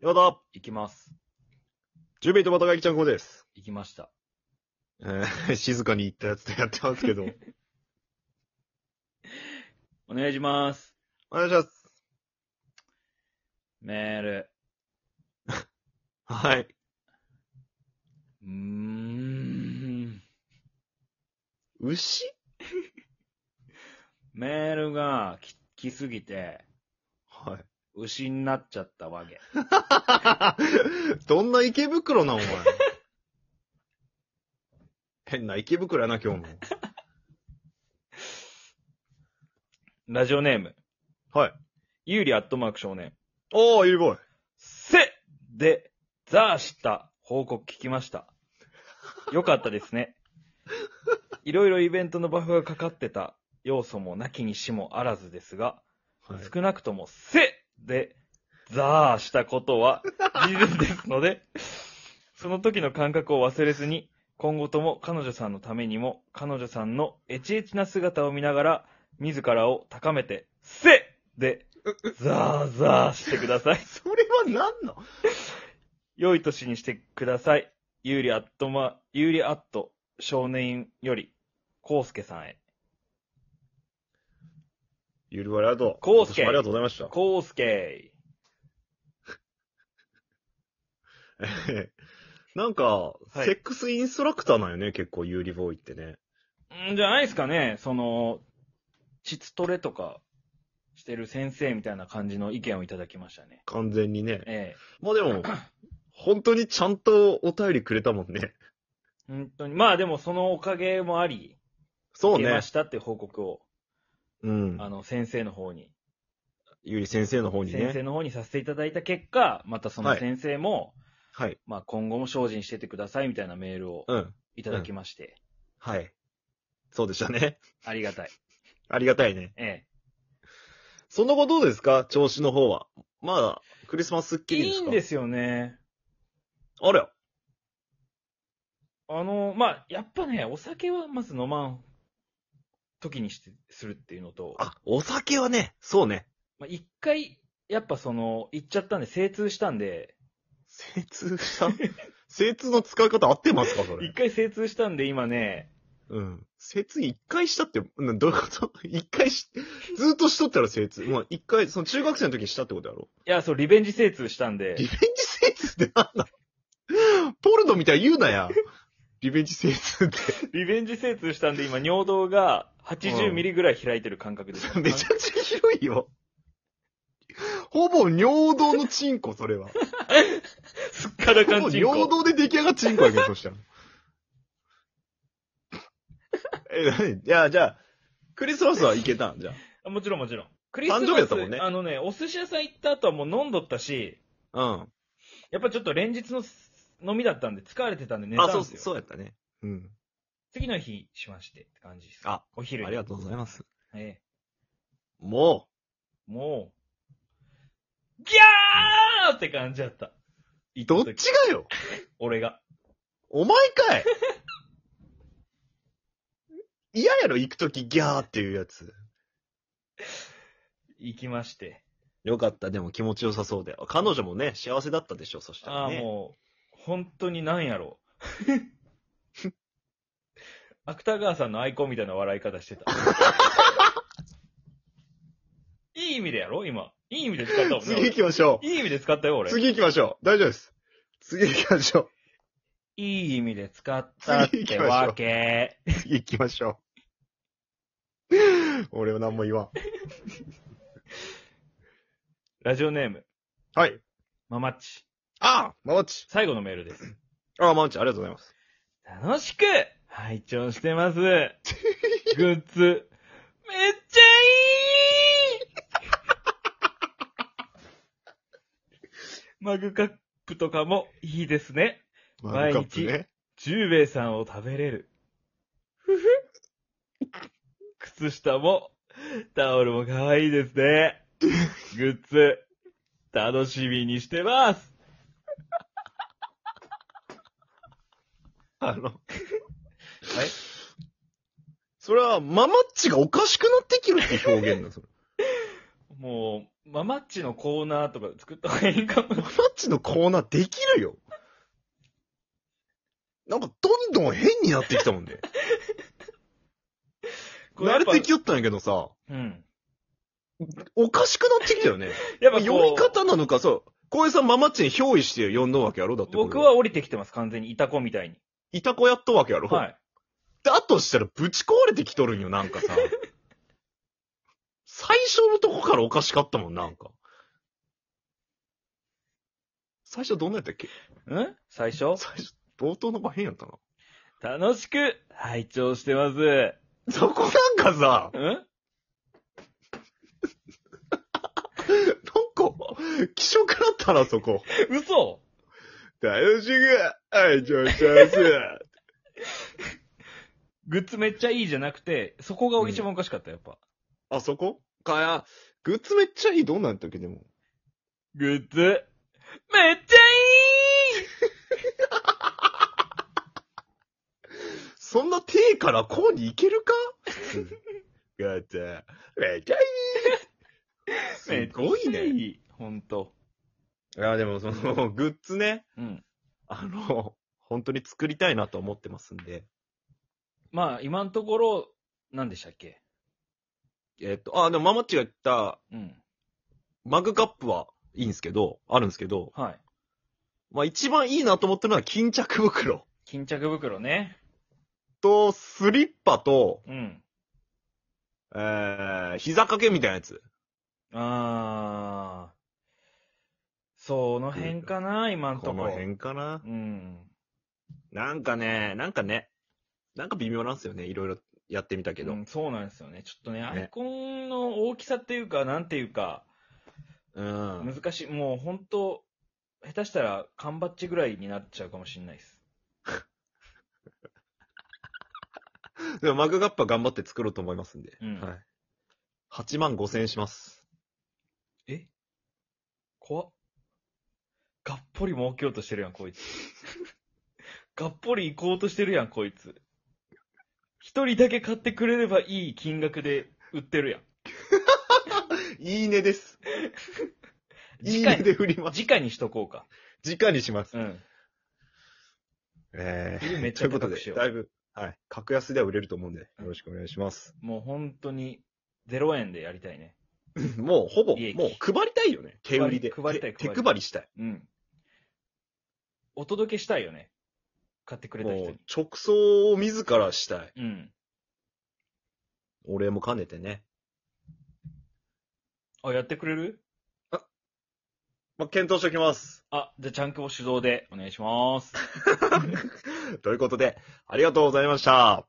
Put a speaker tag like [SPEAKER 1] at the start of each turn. [SPEAKER 1] よだ行きます。
[SPEAKER 2] ジュビーとまたがきちゃんこです。
[SPEAKER 1] 行きました。
[SPEAKER 2] えー、 静かに行ったやつとやってますけど。
[SPEAKER 1] お願いします。
[SPEAKER 2] お願いします。
[SPEAKER 1] メール。
[SPEAKER 2] はい。
[SPEAKER 1] うーん。
[SPEAKER 2] 牛
[SPEAKER 1] メールがき来すぎて、
[SPEAKER 2] はい。
[SPEAKER 1] 牛になっちゃったわけ。
[SPEAKER 2] どんな池袋なん、お前。 変な池袋やな、今日も。
[SPEAKER 1] ラジオネーム。
[SPEAKER 2] はい。
[SPEAKER 1] 有利アットマーク少年。
[SPEAKER 2] おー、ゆりぼい。
[SPEAKER 1] せで、ザーした報告聞きました。よかったです ね。いろいろイベントのバフがかかってた要素もなきにしもあらずですが、
[SPEAKER 2] はい、
[SPEAKER 1] 少なくとも、せで、ザーしたことは事実ですので、 その時の感覚を忘れずに、今後とも彼女さんのためにも、彼女さんのエチエチな姿を見ながら、自らを高めて、せで、ザーザーしてください。
[SPEAKER 2] それは何の
[SPEAKER 1] 良い年にしてください。有利アットマ、有利アット少年より、コウスケさんへ。
[SPEAKER 2] ゆりぼいありがとう。
[SPEAKER 1] コウス
[SPEAKER 2] 今年
[SPEAKER 1] ケ
[SPEAKER 2] もありがとうございました。
[SPEAKER 1] コウスケ
[SPEAKER 2] えーなんか、
[SPEAKER 1] い
[SPEAKER 2] セックスインストラクターなんよね、結構、ゆりぼいってね。
[SPEAKER 1] んじゃないですかね、その、膣トレとかしてる先生みたいな感じの意見をいただきましたね。
[SPEAKER 2] 完全にね。
[SPEAKER 1] ええ。
[SPEAKER 2] まあで も、本当にちゃんとお便りくれたもんね。
[SPEAKER 1] 本当に。まあでもそのおかげもあり、
[SPEAKER 2] そう
[SPEAKER 1] いけま
[SPEAKER 2] ね。
[SPEAKER 1] したっていう報告を、
[SPEAKER 2] うん
[SPEAKER 1] あ。の、先生の方に、
[SPEAKER 2] ゆり先生の方に
[SPEAKER 1] 先生
[SPEAKER 2] ね。
[SPEAKER 1] の方にさせていただいた結果、またその
[SPEAKER 2] はい
[SPEAKER 1] 先生も、
[SPEAKER 2] はい。
[SPEAKER 1] まあ今後も精進しててくださいみたいなメールを
[SPEAKER 2] うん。
[SPEAKER 1] いただきまして、
[SPEAKER 2] はい。そうでしたね。
[SPEAKER 1] ありがたい。
[SPEAKER 2] ありがたいね。
[SPEAKER 1] ええ。
[SPEAKER 2] その後どうですか調子の方は。まだ、クリスマスっきりで
[SPEAKER 1] い
[SPEAKER 2] す
[SPEAKER 1] い
[SPEAKER 2] か
[SPEAKER 1] んですよね。
[SPEAKER 2] あれ
[SPEAKER 1] あの、まあ、やっぱね、お酒はまず飲まん時にして、するっていうのと、
[SPEAKER 2] あ、お酒はね、そうね。
[SPEAKER 1] まあ、一回、やっぱその、行っちゃったんで、精通したんで、
[SPEAKER 2] 精通した。 精通の使い方合ってますかそ
[SPEAKER 1] 一
[SPEAKER 2] れ。
[SPEAKER 1] 回精通したんで、今ね、
[SPEAKER 2] うん。精通一回したって、などういうこと 一回し、ずっとしとったら精通。まあ、一回、その中学生の時にしたってことやろ
[SPEAKER 1] いや、そう、リベンジ精通したんで
[SPEAKER 2] リ、ベンジ精通ってなんだポルノみたいに言うなや。リベンジ精通って。
[SPEAKER 1] リベンジ精通したんで、今、尿道が80ミリぐらい開いてる感覚です。
[SPEAKER 2] めちゃくちゃ広いよ。ほぼ尿道のチンコ、それは。
[SPEAKER 1] すっからか
[SPEAKER 2] ほ
[SPEAKER 1] ん
[SPEAKER 2] ぼ
[SPEAKER 1] ちんこ
[SPEAKER 2] 尿道で出来上がっチンコやけど、そしたら。 え、なにいや、じゃあ、クリスマスはいけたんじゃ
[SPEAKER 1] あもちろんもちろん。クリスマ
[SPEAKER 2] 誕
[SPEAKER 1] ス
[SPEAKER 2] 生日だったもんね
[SPEAKER 1] あのね、お寿司屋さん行った後はもう飲んどったし、
[SPEAKER 2] あ。
[SPEAKER 1] やっぱちょっと連日の飲みだったんで、疲れてたんで
[SPEAKER 2] う
[SPEAKER 1] 寝
[SPEAKER 2] ん。
[SPEAKER 1] たん
[SPEAKER 2] あ、
[SPEAKER 1] です
[SPEAKER 2] そう、そう
[SPEAKER 1] よ。
[SPEAKER 2] やったね。うん。
[SPEAKER 1] 次の日しましてって感じです。
[SPEAKER 2] あ、
[SPEAKER 1] お昼に。
[SPEAKER 2] ありがとうございます。
[SPEAKER 1] ええ
[SPEAKER 2] も
[SPEAKER 1] もう、ギャーって感じだった。
[SPEAKER 2] う、どっちがよ
[SPEAKER 1] 俺が。
[SPEAKER 2] お前かい 嫌やろ、行くときギャーっていうやつ。
[SPEAKER 1] 行きまして。
[SPEAKER 2] よかった、でも気持ちよさそうで。彼女もね、幸せだったでしょ、そした
[SPEAKER 1] あ
[SPEAKER 2] ら
[SPEAKER 1] あ、
[SPEAKER 2] ね。
[SPEAKER 1] もう、本当になん やろう。芥川さんのアイコンみたいな笑い 方してた。いい意味でやろ今。いい意味で使ったもんね
[SPEAKER 2] 次
[SPEAKER 1] 俺
[SPEAKER 2] 行きましょ
[SPEAKER 1] いい意味で使ったよ、
[SPEAKER 2] う。
[SPEAKER 1] 俺。い
[SPEAKER 2] 次行きましょう。大丈夫です。次行きましょ
[SPEAKER 1] い意味で使ったっ
[SPEAKER 2] 次行
[SPEAKER 1] て
[SPEAKER 2] きましょう
[SPEAKER 1] わけ。
[SPEAKER 2] う。 次行きましょう。 俺は何も言わん。
[SPEAKER 1] ラジオネーム、
[SPEAKER 2] はい。
[SPEAKER 1] ママッチ。
[SPEAKER 2] ああママッチ。
[SPEAKER 1] 最後のメールです。
[SPEAKER 2] ああ、ママッチ、ありがとうございます。
[SPEAKER 1] 楽しく拝聴してます。グッズ、めっちゃいいマグカップとかもいいですね。毎
[SPEAKER 2] ワール
[SPEAKER 1] 日
[SPEAKER 2] ドカップね。
[SPEAKER 1] 十兵衛さんを食べれる。ふふ。靴下も、タオルも可愛いですね。グッズ、楽しみにしてます。
[SPEAKER 2] あの、
[SPEAKER 1] はい
[SPEAKER 2] それは、ママッチがおかしくなってきるって表現だ、それ。
[SPEAKER 1] もう、ママッチのコーナーとか作った方がいいかも。
[SPEAKER 2] ママッチのコーナーできるよ。なんか、どんどん変になってきたもん ね。慣れてきよったんやけどさ、
[SPEAKER 1] うん。
[SPEAKER 2] おかしくなってきたよね。
[SPEAKER 1] やっぱこう
[SPEAKER 2] 読み方なのか、そう。小江さんママッチに憑依して読んどんわけやろだってこれ。
[SPEAKER 1] 僕は降りてきてます、完全に。いた子みたいに。
[SPEAKER 2] いた子やっとわけやろ
[SPEAKER 1] はい。
[SPEAKER 2] だとしたらぶち壊れてきとるんよ、なんかさ。 最初のとこからおかしかったもん、なんか。最初どんなやったっけ
[SPEAKER 1] うん最初
[SPEAKER 2] 最初、冒頭の場変やったな。
[SPEAKER 1] 楽しく、拝聴してます。
[SPEAKER 2] そこなんかさ、
[SPEAKER 1] うん
[SPEAKER 2] なんか、気色だったな、そこ。
[SPEAKER 1] 嘘
[SPEAKER 2] 楽しく、愛情し ます。
[SPEAKER 1] グッズめっちゃいいじゃなくて、そこが一番おかしかった、やっぱ。
[SPEAKER 2] あ、そこかや、グッズめっちゃいい、どうなんやったっけ、でも。
[SPEAKER 1] グッズ、めっちゃいい
[SPEAKER 2] そんな手からこうにいけ るか普通。ガチャ、めっちゃいい。すごい
[SPEAKER 1] めっちゃ
[SPEAKER 2] ね。い
[SPEAKER 1] いい。ほんと。
[SPEAKER 2] や、でもその、グッズね、
[SPEAKER 1] うん。
[SPEAKER 2] あの、本当に作りたいなと思ってますんで。
[SPEAKER 1] まあ、今のところ、何でしたっけ
[SPEAKER 2] えっと、あ、でもママッチが言った
[SPEAKER 1] うん。
[SPEAKER 2] マグカップはいいんですけど、あるんですけど、
[SPEAKER 1] はい。
[SPEAKER 2] まあ一番いいなと思ってるのは巾着袋
[SPEAKER 1] 巾着袋ね。
[SPEAKER 2] と、スリッパと、
[SPEAKER 1] うん。
[SPEAKER 2] えー、膝掛けみたいなやつ。
[SPEAKER 1] あー。その辺かな、今んとこ。
[SPEAKER 2] この辺かな
[SPEAKER 1] うん。
[SPEAKER 2] なんかね、なんかね、なんか微妙なんですよね、いろいろやってみたけど。
[SPEAKER 1] うん、そうなんですよね。ちょっとね、アイコンの大きさっていうか、なんていうか、
[SPEAKER 2] うん
[SPEAKER 1] 難しい。もう本当下手したら缶バッジぐらいになっちゃうかもしれないです。
[SPEAKER 2] でもマグカップは頑張って作ろうと思いますんで。
[SPEAKER 1] うん
[SPEAKER 2] はい。8万5千円します。
[SPEAKER 1] え怖っ。がっぽり儲けようとしてるやん、こいつ。 がっぽり行こうとしてるやん、こいつ。一人だけ買ってくれればいい金額で売ってるやん。
[SPEAKER 2] いいね です。いい
[SPEAKER 1] 次回
[SPEAKER 2] ねで振ります。
[SPEAKER 1] 直にしとこうか。
[SPEAKER 2] 直にします。
[SPEAKER 1] うん。
[SPEAKER 2] え
[SPEAKER 1] 昼めっ
[SPEAKER 2] ー、
[SPEAKER 1] ち
[SPEAKER 2] とい
[SPEAKER 1] ゃ
[SPEAKER 2] うこ
[SPEAKER 1] 高
[SPEAKER 2] と
[SPEAKER 1] くし
[SPEAKER 2] で、
[SPEAKER 1] よ
[SPEAKER 2] だ
[SPEAKER 1] う。
[SPEAKER 2] いぶ、はい。格安では売れると思うんで、よろしくお願いします。
[SPEAKER 1] もう本当に、0円でやりたいね。
[SPEAKER 2] もうほぼ、もう
[SPEAKER 1] 利益
[SPEAKER 2] 配りたいよね。手売りで。
[SPEAKER 1] 配りたい
[SPEAKER 2] 手
[SPEAKER 1] 配りたい
[SPEAKER 2] 手配りしたい。
[SPEAKER 1] うん。お届けしたいよね。買ってくれた人
[SPEAKER 2] もう
[SPEAKER 1] に。
[SPEAKER 2] 直送を自らしたい。
[SPEAKER 1] うん。
[SPEAKER 2] お礼も兼ねてね。
[SPEAKER 1] あ、やってくれる
[SPEAKER 2] まあ、検討しておきます。
[SPEAKER 1] あ、じゃあ、ちゃんくぼ主導でお願いします。
[SPEAKER 2] ということで、ありがとうございました。